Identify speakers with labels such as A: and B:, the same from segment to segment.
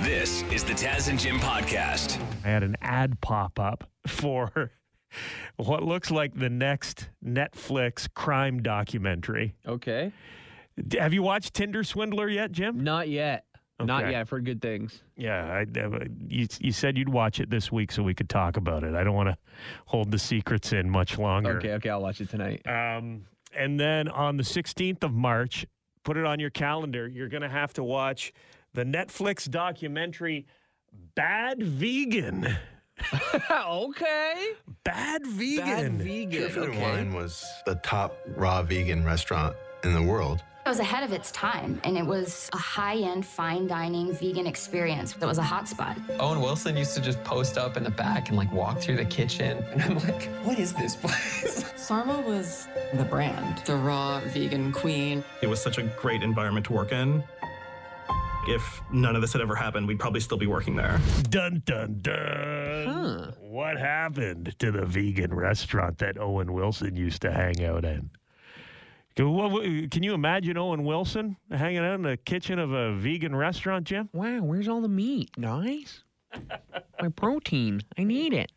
A: This is the Taz and Jim podcast.
B: I had an ad pop up for what looks like the next Netflix crime documentary.
C: Okay.
B: D- Have you watched Tinder Swindler yet, Jim?
C: Not yet. Not
B: Okay.
C: yet. I've heard good things.
B: Yeah, I, I- you, you said you'd watch it this week so we could talk about it. I don't want to hold the secrets in much longer.
C: Okay, okay, I'll watch it tonight.
B: Um, and then on the 16th of March, put it on your calendar. You're going to have to watch the Netflix documentary Bad Vegan.
C: okay.
B: Bad Vegan.
C: Bad vegan.
D: Pure Food and
C: okay.
D: Wine was the top raw vegan restaurant in the world.
E: It was ahead of its time, and it was a high end, fine dining vegan experience that was a hotspot.
F: Owen Wilson used to just post up in the back and like walk through the kitchen. And I'm like, what is this place?
G: Sarma was the brand, the raw vegan queen.
H: It was such a great environment to work in. If none of this had ever happened, we'd probably still be working there.
B: Dun dun dun.
C: Huh.
B: What happened to the vegan restaurant that Owen Wilson used to hang out in? Can what- what- can you imagine Owen Wilson hanging out in the kitchen of a vegan restaurant, Jim?
C: Wow, where's all the meat, guys? My protein. I need it.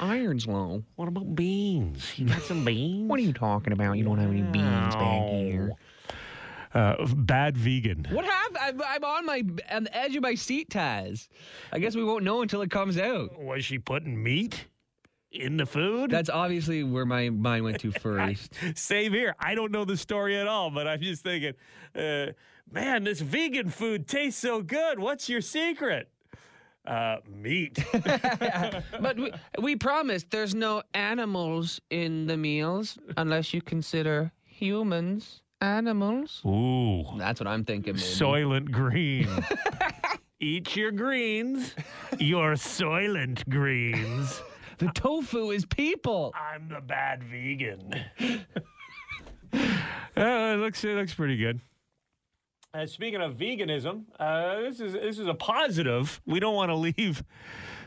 C: Iron's low.
B: What about beans? You got some beans?
C: What are you talking about? You don't have any beans back here.
B: Uh, bad vegan.
C: What happened? I'm, I'm on my on the edge of my seat, Taz. I guess we won't know until it comes out.
B: Was she putting meat in the food?
C: That's obviously where my mind went to first.
B: Same here. I don't know the story at all, but I'm just thinking, uh, man, this vegan food tastes so good. What's your secret? Uh, meat.
C: But we, we promised there's no animals in the meals unless you consider humans animals.
B: Ooh,
C: That's what I'm thinking. Maybe.
B: Soylent Green. Eat your greens, your Soylent greens.
C: the tofu is people.
B: I'm the bad vegan. uh, it looks it looks pretty good. Uh, speaking of veganism, uh, this is this is a positive. We don't want to leave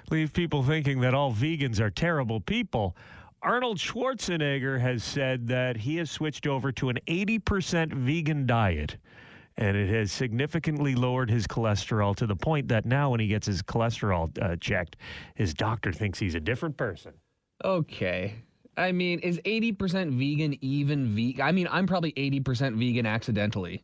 B: leave people thinking that all vegans are terrible people. Arnold Schwarzenegger has said that he has switched over to an 80% vegan diet. And it has significantly lowered his cholesterol to the point that now, when he gets his cholesterol uh, checked, his doctor thinks he's a different person.
C: Okay. I mean, is 80% vegan even vegan? I mean, I'm probably 80% vegan accidentally.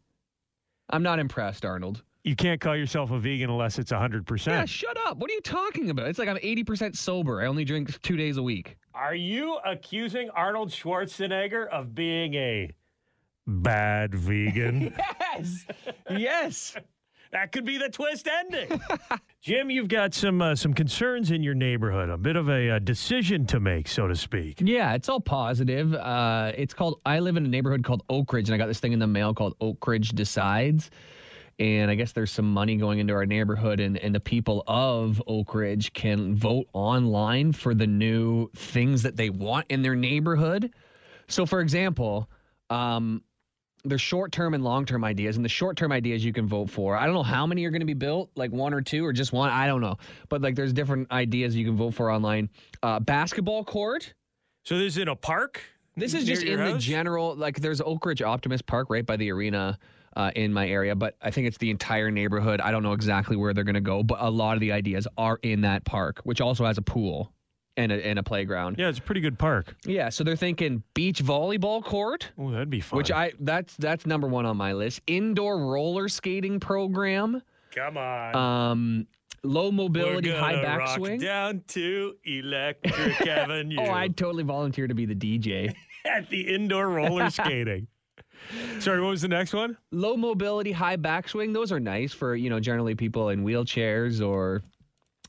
C: I'm not impressed, Arnold.
B: You can't call yourself a vegan unless it's 100%.
C: Yeah, shut up. What are you talking about? It's like I'm 80% sober. I only drink two days a week.
B: Are you accusing Arnold Schwarzenegger of being a bad vegan?
C: Yes. yes.
B: that could be the twist ending. Jim, you've got some uh, some concerns in your neighborhood, a bit of a, uh decision to make, so to speak.
C: Yeah, it's all positive. Uh, it's called. I live in a neighborhood called Oak Ridge, and I got this thing in the mail called Oak Ridge Decides. And I guess there's some money going into our neighborhood, and, and the people of Oak Ridge can vote online for the new things that they want in their neighborhood. So, for example, um, there's short term and long term ideas, and the short term ideas you can vote for. I don't know how many are going to be built, like one or two or just one. I don't know, but like there's different ideas you can vote for online. Uh, basketball court.
B: So this is in a park?
C: This is
B: near
C: just in
B: your
C: the
B: house?
C: general, like there's Oak Ridge Optimist Park right by the arena uh, in my area, but I think it's the entire neighborhood. I don't know exactly where they're going to go, but a lot of the ideas are in that park, which also has a pool and a, and a playground.
B: Yeah, it's a pretty good park.
C: Yeah. so they're thinking beach volleyball court,
B: Oh, that'd be fun.
C: which I that's that's number one on my list. Indoor roller skating program,
B: Come on.
C: um, low mobility,
B: We're
C: high
B: gonna rock
C: backswing.
B: Down to Electric Avenue.
C: Oh, I'd totally volunteer to be the DJ.
B: At the indoor roller skating. Sorry, what was the next one?
C: low mobility, high backswing, those are nice for, you know, generally people in wheelchairs or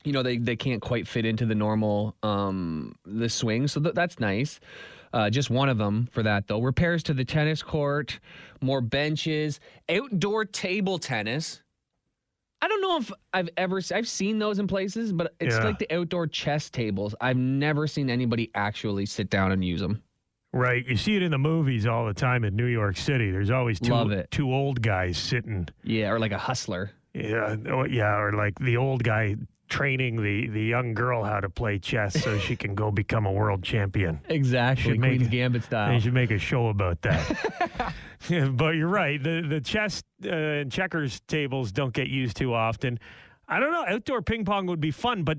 C: you know, they, they can't quite fit into the normal um the swing. So th- that's nice. Uh, just one of them for that though. Repairs to the tennis court, more benches, outdoor table tennis. I don't know if I've ever se- I've seen those in places, but it's
B: Yeah.
C: like the outdoor chess tables. I've never seen anybody actually sit down and use them.
B: Right. You see it in the movies all the time in New York City. There's always
C: Love
B: two
C: it.
B: two old guys sitting.
C: Yeah, or like a hustler.
B: Yeah, or, yeah, or like the old guy training the the young girl how to play chess so she can go become a world champion.
C: Exactly,
B: Should make-
C: Queen's Gambit style.
B: They should make a show about that. Yeah, but you're right. The the chess uh, and checkers tables don't get used too often. I don't know. Outdoor ping pong would be fun, but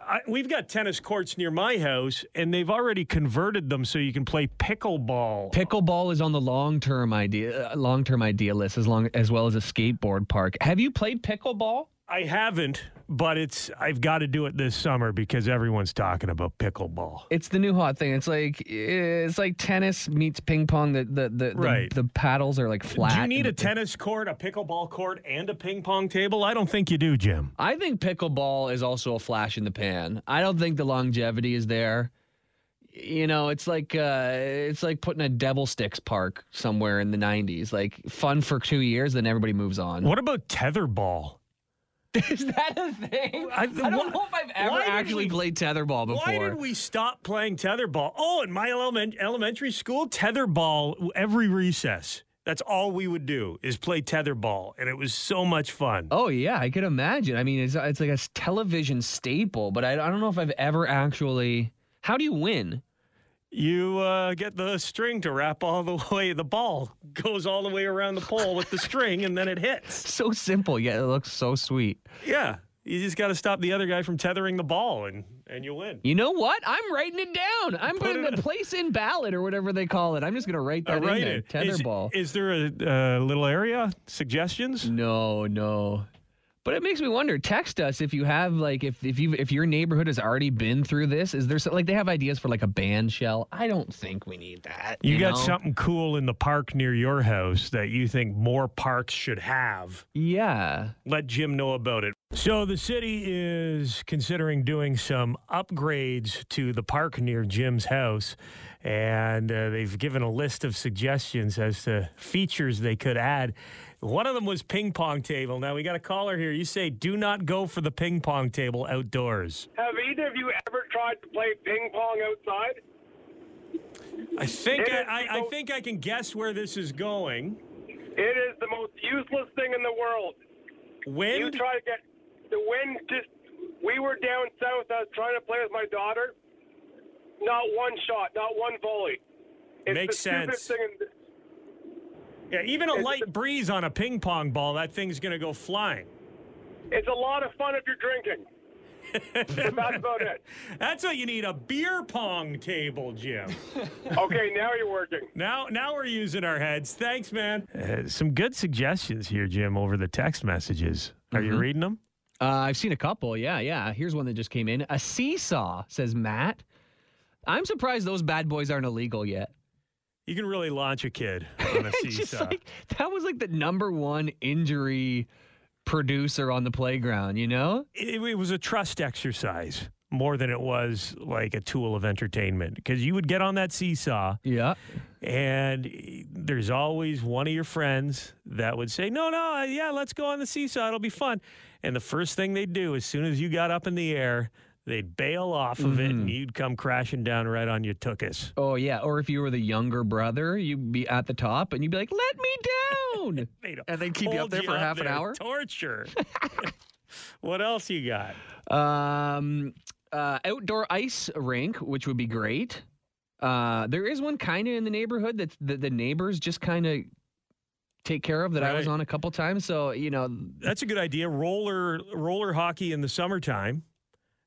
B: I, we've got tennis courts near my house, and they've already converted them so you can play pickleball.
C: Pickleball is on the long term idea uh, long term idea list as long as well as a skateboard park. Have you played pickleball?
B: I haven't, but it's I've got to do it this summer because everyone's talking about pickleball.
C: It's the new hot thing. It's like it's like tennis meets ping pong. The the the,
B: Right.
C: the, the paddles are like flat.
B: Do you need a
C: tennis?
B: tennis court, a pickleball court, and a ping pong table? I don't think you do, Jim.
C: I think pickleball is also a flash in the pan. I don't think the longevity is there. You know, it's like uh, it's like putting a devil sticks park somewhere in the '90s. Like fun for two years, then everybody moves on.
B: What about tetherball?
C: is that a thing?
B: I-
C: I, don't
B: why-
C: know if I've
B: why
C: ever
B: did
C: actually
B: we-
C: played tetherball before.
B: Why did we stop playing tetherball? Oh, in my element, elementary school, tetherball every recess. That's all we would do is play tetherball, and it was so much fun.
C: Oh yeah, I could imagine. I mean, it's uh, it's like a s- television staple, but I, I don't know if I've ever actually. How do you win?
B: You uh, get the string to wrap all the way. The ball goes all the way around the pole with the string, and then it hits.
C: So simple, yet it looks so sweet.
B: Yeah, you just got to stop the other guy from tethering the ball, and and you win.
C: You know what? I'm writing it down. I'm
B: Put
C: putting
B: it
C: the place in ballot or whatever they call it. I'm just gonna write that
B: All right,
C: in there.
B: it- is-
C: Tetherball.
B: Is, there a uh, little area suggestions?
C: no, no. But it makes me wonder. Text us if you have like if if you if your neighborhood has already been through this. Is there so- like they have ideas for like a band shell? I don't think we need that.
B: You, got
C: know?
B: something cool in the park near your house that you think more parks should have.
C: Yeah.
B: Let Jim know about it. So the city is considering doing some upgrades to the park near Jim's house, and uh, they've given a list of suggestions as to features they could add. One of them was ping pong table. Now we got a caller here. You say do not go for the ping pong table outdoors.
I: Have either of you ever tried to play ping pong outside?
B: I think
I: It
B: I,
I: is
B: I, I
I: people-
B: think I can guess where this is going.
I: It is the most useless thing in the world. You
B: Wind.
I: try to get the wind just. We were down south. I was trying to play with my daughter. Not one shot. Not one volley. It's
B: Makes
I: the stupidest
B: sense.
I: Thing in the,
B: yeah, even a
I: it's-
B: light breeze on a ping pong ball, that thing's gonna go flying.
I: it's a lot of fun if you're drinking. but that's about it.
B: That's what you need a beer pong table, Jim.
I: Okay, now you're working.
B: now, now we're using our heads. Thanks, man. Uh, some good suggestions here, Jim, over the text messages. Are you reading them?
C: Uh, I've seen a couple. Yeah, yeah. Here's one that just came in. A seesaw says Matt. I'm surprised those bad boys aren't illegal yet.
B: You can really launch a kid on a
C: It's just
B: seesaw.
C: like that was like the number one injury producer on the playground. You know?
B: it, it was a trust exercise more than it was like a tool of entertainment because you would get on that seesaw
C: Yeah.
B: And eh, there's always one of your friends that would say, No, no, uh, yeah, let's go on the seesaw. It'll be fun. And the first thing they'd do, as soon as you got up in the air, they'd bail off of it and you'd come crashing down right on your tuchus.
C: Oh yeah. Or if you were the younger brother, you'd be at the top and you'd be like, "Let me down."
B: They'd
C: And they'd keep you up
B: hold
C: there for half an
B: there.
C: hour?
B: Torture. what else you got?
C: Um, uh, outdoor ice rink, which would be great. Uh, there is one kind of in the neighborhood that the, the neighbors just kind of take care of that I was
B: Right.
C: on a couple times. So, you know,
B: That's a good idea. Roller roller hockey in the summertime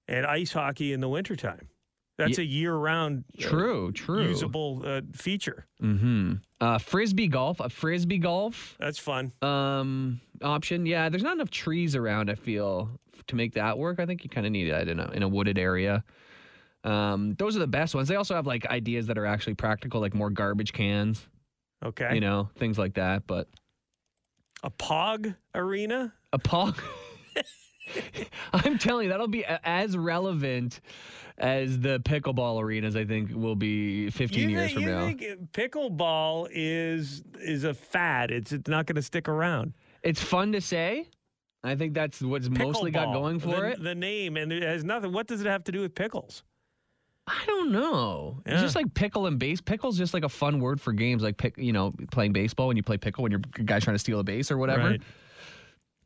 B: and ice hockey in the wintertime. That's a year round
C: true, true.
B: usable uh, feature.
C: Mm-hmm. Uh, frisbee golf, a frisbee golf
B: That's fun.
C: um, option. Yeah, there's not enough trees around, I feel, to make that work. I think you kind of need it in a, in a wooded area. Um, those are the best ones. They also have like ideas that are actually practical, like more garbage cans,
B: Okay.
C: you know, things like that. But
B: a pog arena
C: A pog. I'm telling you, that'll be a- as relevant as the pickleball arenas. I think will be 15
B: you
C: years
B: thi-
C: from
B: you
C: now.
B: think pickleball is is a fad it's, it's not going to stick around
C: It's fun to say. I think that's what's mostly got
B: Pickleball,
C: going for
B: the,
C: it.
B: the name and it has nothing what does it have to do with pickles
C: I don't know.
B: Yeah.
C: It's just like pickle and base. Pickle's just like a fun word for games, like pick. You know, playing baseball when you play pickle when your guy's trying to steal a base or whatever.
B: Right.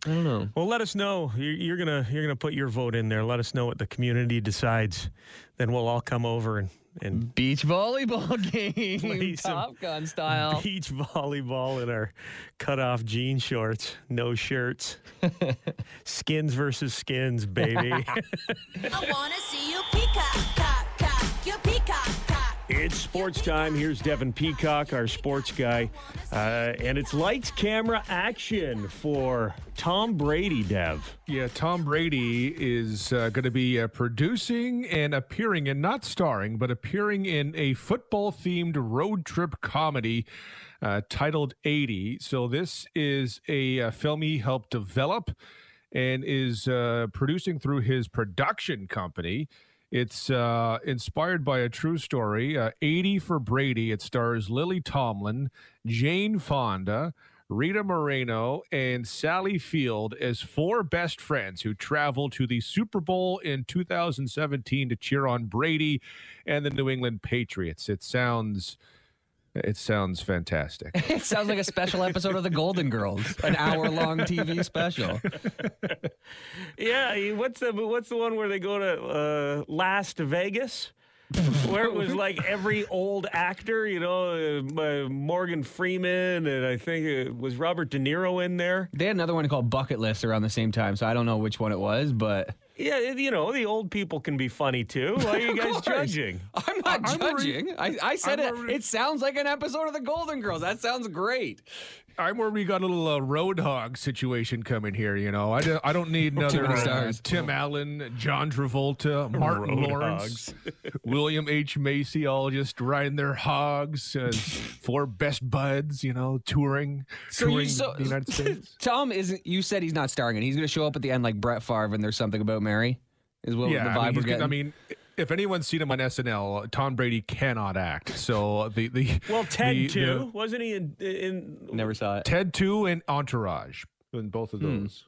C: I don't know.
B: well let us know you're, you're gonna you're gonna put your vote in there let us know what the community decides then we'll all come over and and
C: Beach volleyball game,
B: Play some
C: Top Gun style.
B: beach volleyball in our cut off jean shorts, no shirts. skins versus skins, baby.
J: I wanna see you peacock, cock, cock, you peacock, cock.
B: It's sports time. Here's Devin Peacock, our sports guy. Uh, and it's lights, camera, action for Tom Brady, Dev.
K: Yeah, Tom Brady is uh, going to be uh, producing and appearing and not starring, but appearing in a football themed road trip comedy uh, titled 80. So, this is a uh, film he helped develop and is uh, producing through his production company. It's uh, inspired by a true story, uh, 80 for Brady. It stars Lily Tomlin, Jane Fonda, Rita Moreno, and Sally Field as four best friends who travel to the Super Bowl in 2017 to cheer on Brady and the New England Patriots. It sounds. It sounds fantastic.
C: It sounds like a special episode of The Golden Girls, an hour long TV special.
B: Yeah, what's the what's the one where they go to uh, Las Vegas? where it was like every old actor, you know, uh, uh, Morgan Freeman, and I think it was Robert De Niro in there.
C: They had another one called Bucket List around the same time, so I don't know which one it was, but
B: Yeah, you know, the old people can be funny too. Why are you guys judging?
C: I'm not
K: I'm already-
C: judging. I, I said
K: I'm
C: it.
K: already-
C: It sounds like an episode of The Golden Girls. That sounds great.
K: I'm where we got a little uh, road hog situation coming here. You know, I don't, I don't need another
C: many
K: uh,
C: stars.
K: Tim Allen, John Travolta, Martin
B: Road
K: Lawrence, William H Macy, all just riding their hogs as four best buds. You know, touring,
C: So you-
K: touring
C: so-
K: the United States.
C: Tom isn't. You said he's not starring, and he's going to show up at the end like Brett Favre, and there's something about Mary. Is what
K: yeah,
C: the vibe
K: I mean,
C: we're
K: he's good-
C: getting.
K: I mean, if anyone's seen him on SNL, Tom Brady cannot act. So the the
B: Well, Ted
K: the- the-
B: too, wasn't he? In, in
C: never saw it.
K: Ted two, and Entourage, in both of those.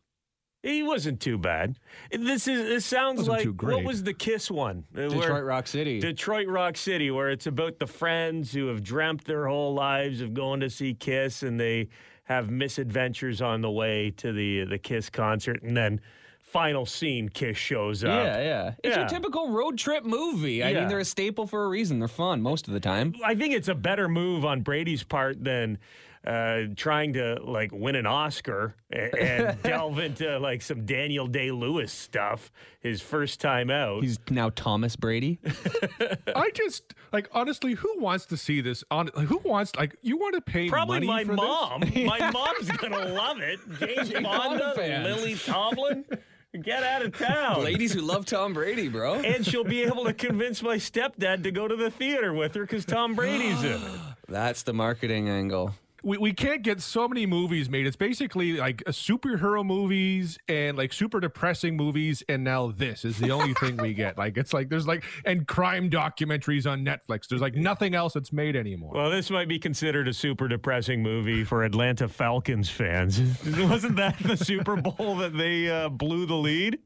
B: he wasn't too bad. This is this sounds
K: Wasn't
B: like
K: too
B: what
K: great.
B: was the Kiss one? Uh, where-
C: Detroit Rock City.
B: Detroit Rock City, where it's about the friends who have dreamt their whole lives of going to see Kiss, and they have misadventures on the way to the the Kiss concert, and then final scene, Kiss shows up.
C: yeah, yeah. It's
B: Yeah.
C: your typical road trip movie. I
B: Yeah.
C: mean, they're a staple for a reason. They're fun most of the time.
B: I think it's a better move on Brady's part than uh, trying to like win an Oscar and, and delve into like some Daniel Day Lewis stuff. His first time out.
C: He's now Thomas Brady.
K: I just like honestly, who wants to see this? On who wants like you want to pay
B: Probably
K: money
B: my
K: for this?
B: mom. My mom's gonna love it. James Fonda,
C: Fonda fans.
B: Lily Tomlin, get out of town.
C: Ladies who love Tom Brady, bro.
B: And she'll be able to convince my stepdad to go to the theater with her because Tom Brady's in it.
C: That's the marketing angle.
K: We we can't get so many movies made. It's basically like a superhero movies and like super depressing movies, and now this is the only thing we get. Like it's like there's like and crime documentaries on Netflix. There's like nothing else that's made anymore.
B: Well, this might be considered a super depressing movie for Atlanta Falcons fans. Wasn't that the Super Bowl that they uh, blew the lead?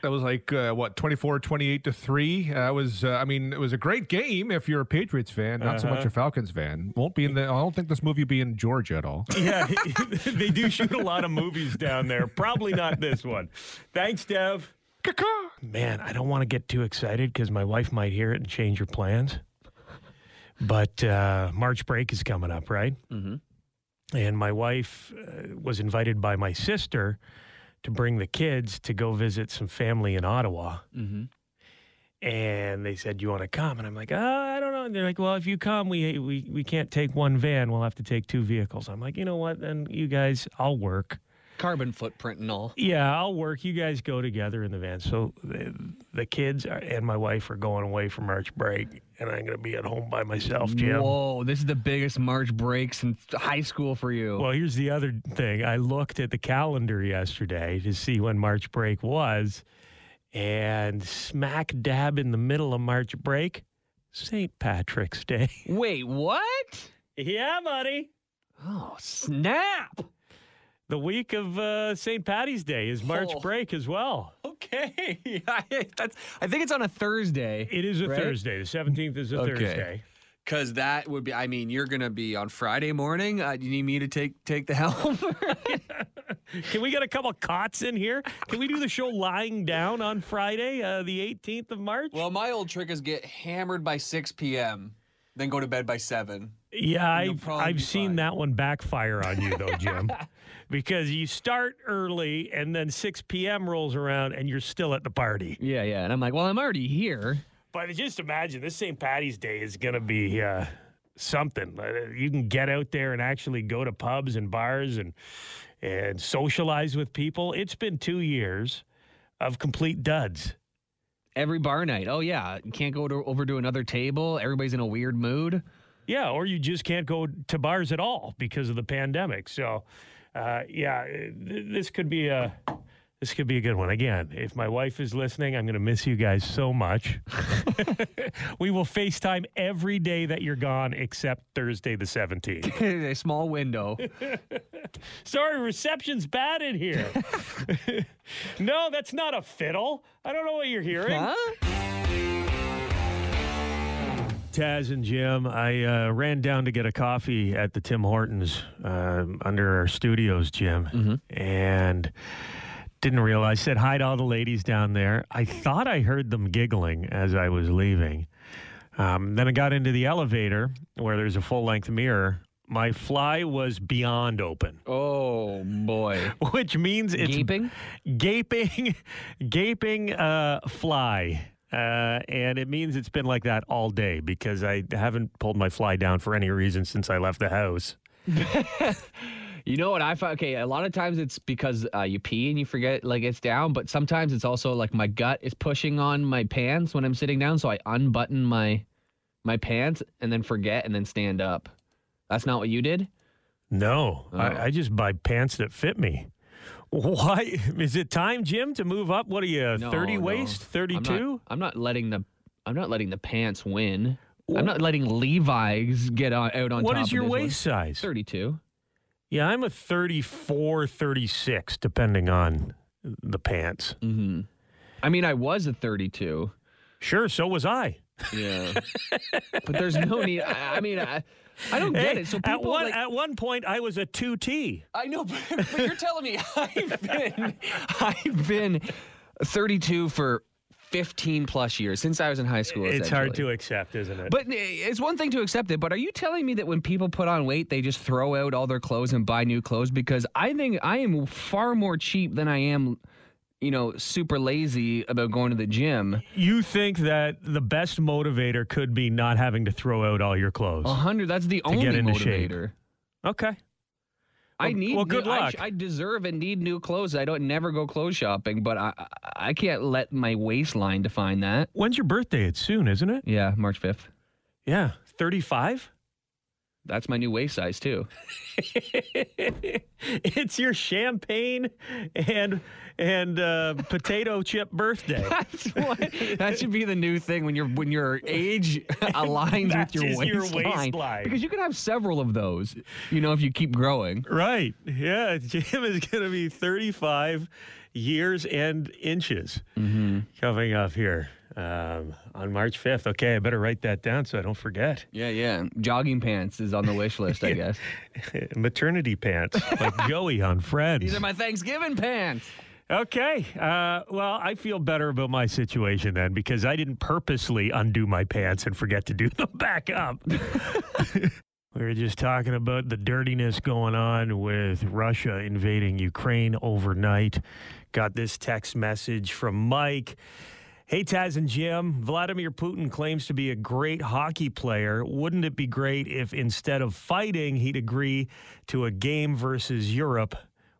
K: that was like uh, what 24 28 to 3 that was uh, i mean it was a great game if you're a patriots fan not so much a falcons fan won't be in the i don't think this movie will be in georgia at all
B: Yeah, they do shoot a lot of movies down there. Probably not this one. Thanks, Dev.
K: Caw-caw.
B: Man, I don't want to get too excited because my wife might hear it and change her plans. But uh, March break is coming up, right? Mm-hmm. And my wife uh, was invited by my sister to bring the kids to go visit some family in Ottawa.
L: Mm-hmm.
B: And they said, "Do you want to come?" And I'm like, "Uh, I don't know." And they're like, "Well, if you come, we we we can't take one van. We'll have to take two vehicles." I'm like, "You know what? Then you guys, I'll work."
C: Carbon footprint and all.
B: Yeah, I'll work. You guys go together in the van. So the, the kids are, and my wife are going away for March break, and I'm going to be at home by myself, Jim.
C: Whoa, this is the biggest March break since high school for you.
B: Well, here's the other thing. I looked at the calendar yesterday to see when March break was, and smack dab in the middle of March break, St. Patrick's Day.
C: Wait, what?
B: yeah, buddy.
C: Oh, snap.
B: The week of uh, St. Patty's Day is March
C: Oh.
B: break as well.
C: Okay. That's, I think it's on a Thursday.
B: It is a
C: Right?
B: Thursday. The 17th is a
C: Okay.
B: Thursday.
C: Because that would be, I mean, you're going to be on Friday morning. Uh, you need me to take take the helm?
B: Can we get a couple cots in here? Can we do the show lying down on Friday, uh, the 18th of March?
L: Well, my old trick is get hammered by 6 p.m., then go to bed by 7.
B: Yeah,
L: You'll
B: I've,
L: probably
B: I've
L: be
B: seen that one backfire on you, though, Jim, because you start early and then 6 p.m. rolls around and you're still at the party.
C: Yeah, yeah. And I'm like, well, I'm already here.
B: But just imagine this St. Patty's Day is going to be uh, something. Uh, You can get out there and actually go to pubs and bars and and socialize with people. It's been two years of complete duds.
C: Every bar night. Oh yeah, you can't go to, over to another table. Everybody's in a weird mood.
B: Yeah, or you just can't go to bars at all because of the pandemic. So, uh, yeah, th- this could be a this could be a good one. Again, if my wife is listening, I'm going to miss you guys so much. we will FaceTime every day that you're gone except Thursday the 17th.
C: a small window.
B: Sorry, reception's bad in here. no, that's not a fiddle. I don't know what you're hearing. Taz and Jim, I uh, ran down to get a coffee at the Tim Hortons um, under our studios, Jim, and didn't realize. Said hi to all the ladies down there. I thought I heard them giggling as I was leaving. Um, then I got into the elevator where there's a full length mirror. My fly was beyond open.
C: Oh boy!
B: Which means it's
C: gaping,
B: gaping, gaping uh, fly, uh, and it means it's been like that all day because I haven't pulled my fly down for any reason since I left the house.
C: You know what I find? Okay, a lot of times it's because uh, you pee and you forget like it's down, but sometimes it's also like my gut is pushing on my pants when I'm sitting down, so I unbutton my my pants and then forget and then stand up. That's not what you did.
B: No,
C: Oh.
B: I, I just buy pants that fit me. Why is it time, Jim, to move up? What are you,
C: No,
B: thirty
C: no.
B: waist,
C: I'm not-
B: thirty-two?
C: I'm not letting the I'm not letting the pants win. I'm not letting Levi's get on, out on
B: What
C: top
B: is
C: of
B: your
C: this one.
B: waist size?
C: 32.
B: Yeah, I'm a 34, 36, depending on the pants.
C: Mm-hmm. I mean, I was a 32.
B: Sure, so was I.
C: Yeah. but there's no need. I, I mean, I, I don't get
B: Hey,
C: it. So
B: at
C: people
B: one
C: like,
B: at one point, I was a two T.
L: I know, but, but you're telling me I've been.
C: I've been 32 for 15 plus years since I was in high school.
B: It's hard
C: essentially.
B: to accept, isn't it?
C: But eh, it's one thing to accept it, but are you telling me that when people put on weight, they just throw out all their clothes and buy new clothes? Because I think I am far more cheap than I am, you know, super lazy about going to the gym.
B: you think that the best motivator could be not having to throw out all your clothes.
C: A hundred. That's the
B: To
C: only
B: get into
C: motivator.
B: shape. Okay.
C: I
B: Well-
C: need.
B: well,
C: new-
B: good
C: I
B: luck.
C: sh- I, deserve and need new clothes. I don't never go clothes shopping, but I I- I can't let my waistline define that.
B: When's your birthday? It's soon, isn't it?
C: Yeah, March fifth.
B: Yeah, thirty-five.
C: That's my new waist size too.
B: it's your champagne and and uh, potato chip birthday.
C: That's what, that should be the new thing when your when your age aligns with your
B: Matches
C: waistline,
B: your waistline.
C: because you can have several of those, you know, if you keep growing.
B: Right. Yeah. Jim is going to be 35 years and inches Mm-hmm. coming up here um, on March 5th. Okay. I better write that down so I don't forget.
C: Yeah, yeah. Jogging pants is on the wish list, I guess.
B: Maternity pants, like Joey on
C: These
B: Friends.
C: are my Thanksgiving pants.
B: Okay. Uh, well, I feel better about my situation then because I didn't purposely undo my pants and forget to do them back up. we were just talking about the dirtiness going on with Russia invading Ukraine overnight. Got this text message from Mike. Hey, Taz and Jim, Vladimir Putin claims to be a great hockey player. Wouldn't it be great if instead of fighting, he'd agree to a game versus Europe?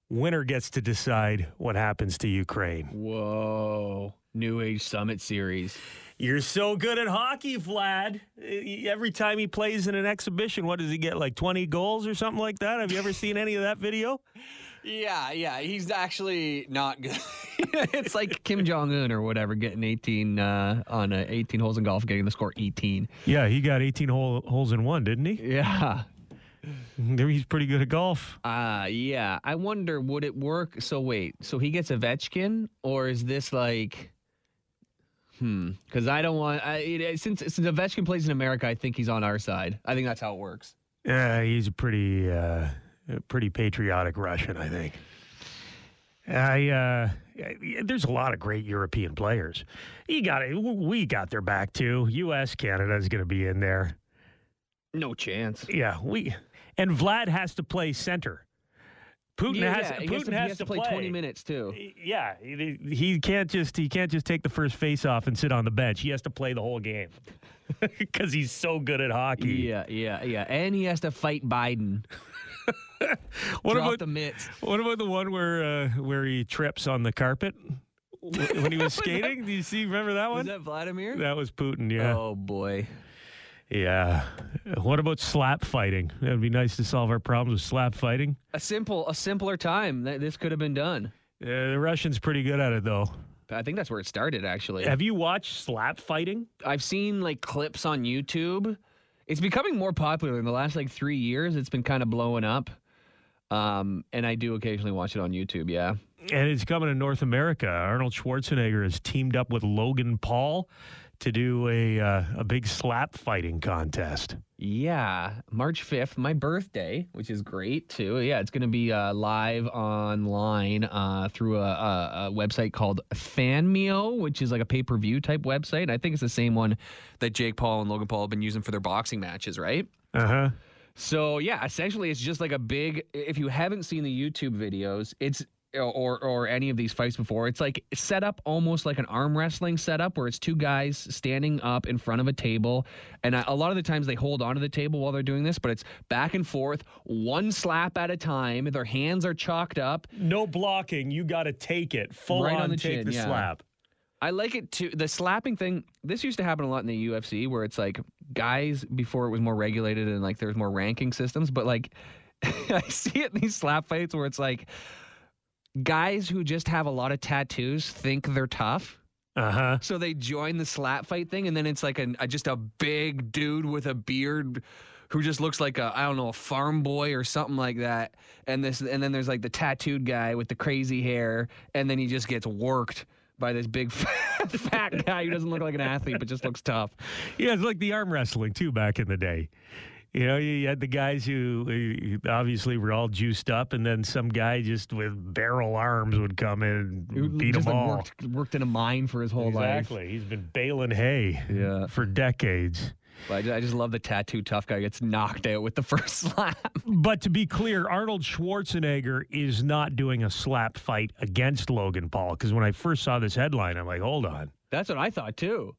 B: Winner gets to decide what happens to Ukraine.
C: Whoa. New Age Summit Series.
B: You're so good at hockey, Vlad. E- Every time he plays in an exhibition, what does he get? Like 20 goals or something like that? Have you ever seen any of that video?
L: Yeah, yeah, he's actually not good.
C: it's like Kim Jong Un or whatever getting 18 uh, on uh, 18 holes in golf, getting the score 18.
B: Yeah, he got 18 hole, holes in one, didn't he?
C: Yeah.
B: He's pretty good at golf.
C: Uh yeah. I wonder would it work? So wait, so he gets Ovechkin, or is this like? Hmm. Because I don't want I, it, since since Ovechkin plays in America, I think he's on our side. I think that's how it works.
B: Yeah, he's a pretty, uh, a pretty patriotic Russian, I think. I uh, y- there's a lot of great European players. You got it. We got their back too. U.S. Canada is going to be in there.
C: No chance.
B: Yeah, we and Vlad has to play center. Putin
C: Yeah,
B: has
C: yeah, he
B: Putin
C: has to- he has to play 20 minutes too.
B: Yeah, he, he can't just he can't just take the first face off and sit on the bench. He has to play the whole game because he's so good at hockey.
C: Yeah, yeah, yeah. And he has to fight Biden.
B: What
C: Drop
B: about
C: the mitts?
B: What about the one where uh, where he trips on the carpet Wh- when he was skating? Do you see? Remember that one?
C: Was that Vladimir?
B: That was Putin. Yeah.
C: Oh boy.
B: Yeah. What about slap fighting? It would be nice to solve our problems with slap fighting.
C: A simple, a simpler time. Th- This could have been done.
B: Uh, the Russians pretty good at it though.
C: I think that's where it started, actually.
B: Have you watched slap fighting?
C: I've seen like clips on YouTube. It's becoming more popular in the last like three years. It's been kind of blowing up. Um, and I do occasionally watch it on YouTube. Yeah.
B: And it's coming to North America. Arnold Schwarzenegger has teamed up with Logan Paul to do a uh, a big slap fighting contest.
C: Yeah, March 5th, my birthday, which is great too. Yeah, it's going to be uh, live online uh, through a, a, a website called Fanmeo, which is like a pay per view type website. And I think it's the same one that Jake Paul and Logan Paul have been using for their boxing matches, right?
B: Uh huh.
C: So, yeah, essentially, it's just like a big, if you haven't seen the YouTube videos, it's. Or, or any of these fights before. It's like set up almost like an arm wrestling setup where it's two guys standing up in front of a table. And I, a lot of the times they hold onto the table while they're doing this, but it's back and forth, one slap at a time. Their hands are chalked up.
B: No blocking. You got to take it full
C: right on,
B: on.
C: the
B: take
C: chin,
B: the
C: yeah.
B: slap.
C: I like it too. The slapping thing, this used to happen a lot in the UFC where it's like guys before it was more regulated and like there's more ranking systems, but like I see it in these slap fights where it's like guys who just have a lot of tattoos think they're tough.
B: Uh-huh.
C: So they join the slap fight thing and then it's like an, a just a big dude with a beard who just looks like a I don't know, a farm boy or something like that. And this and then there's like the tattooed guy with the crazy hair and then he just gets worked by this big fat, fat guy who doesn't look like an athlete but just looks tough.
B: Yeah, it's like the arm wrestling too back in the day. You know, you had the guys who who uh, obviously were all juiced up, and then some guy just with barrel arms would come in and beat
C: just
B: them
C: like
B: all.
C: worked worked in a mine for his whole life.
B: exactly. He's been baling hay for decades.
C: But I ju- I just, love the tattoo tough guy gets knocked out with the first slap.
B: But to be clear, Arnold Schwarzenegger is not doing a slap fight against Logan Paul. Because when I first saw this headline, I'm like, hold on.
C: That's what I thought too.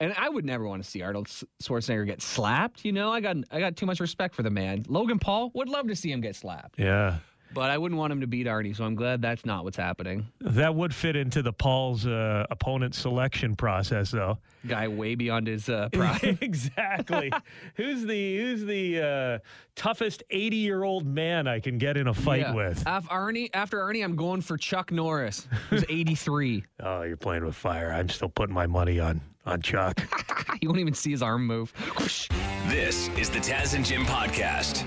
C: And I would never want to see Arnold S- Schwarzenegger get slapped. You know, I got I got too much respect for the man. Logan Paul would love to see him get slapped,
B: Yeah.
C: but I wouldn't want him to beat Arnie. So I'm glad that's not what's happening.
B: That would fit into the Paul's uh, opponent selection process, though.
C: Guy way beyond his uh, prime.
B: exactly. who's the who's the uh, toughest eighty year old man I can get in a fight
C: Yeah.
B: with?
C: Af- Arnie, after Arnie, I'm going for Chuck Norris, who's 83.
B: Oh, you're playing with fire. I'm still putting my money on on Chuck.
C: you won't even see his arm move.
A: This is the Taz and Jim podcast.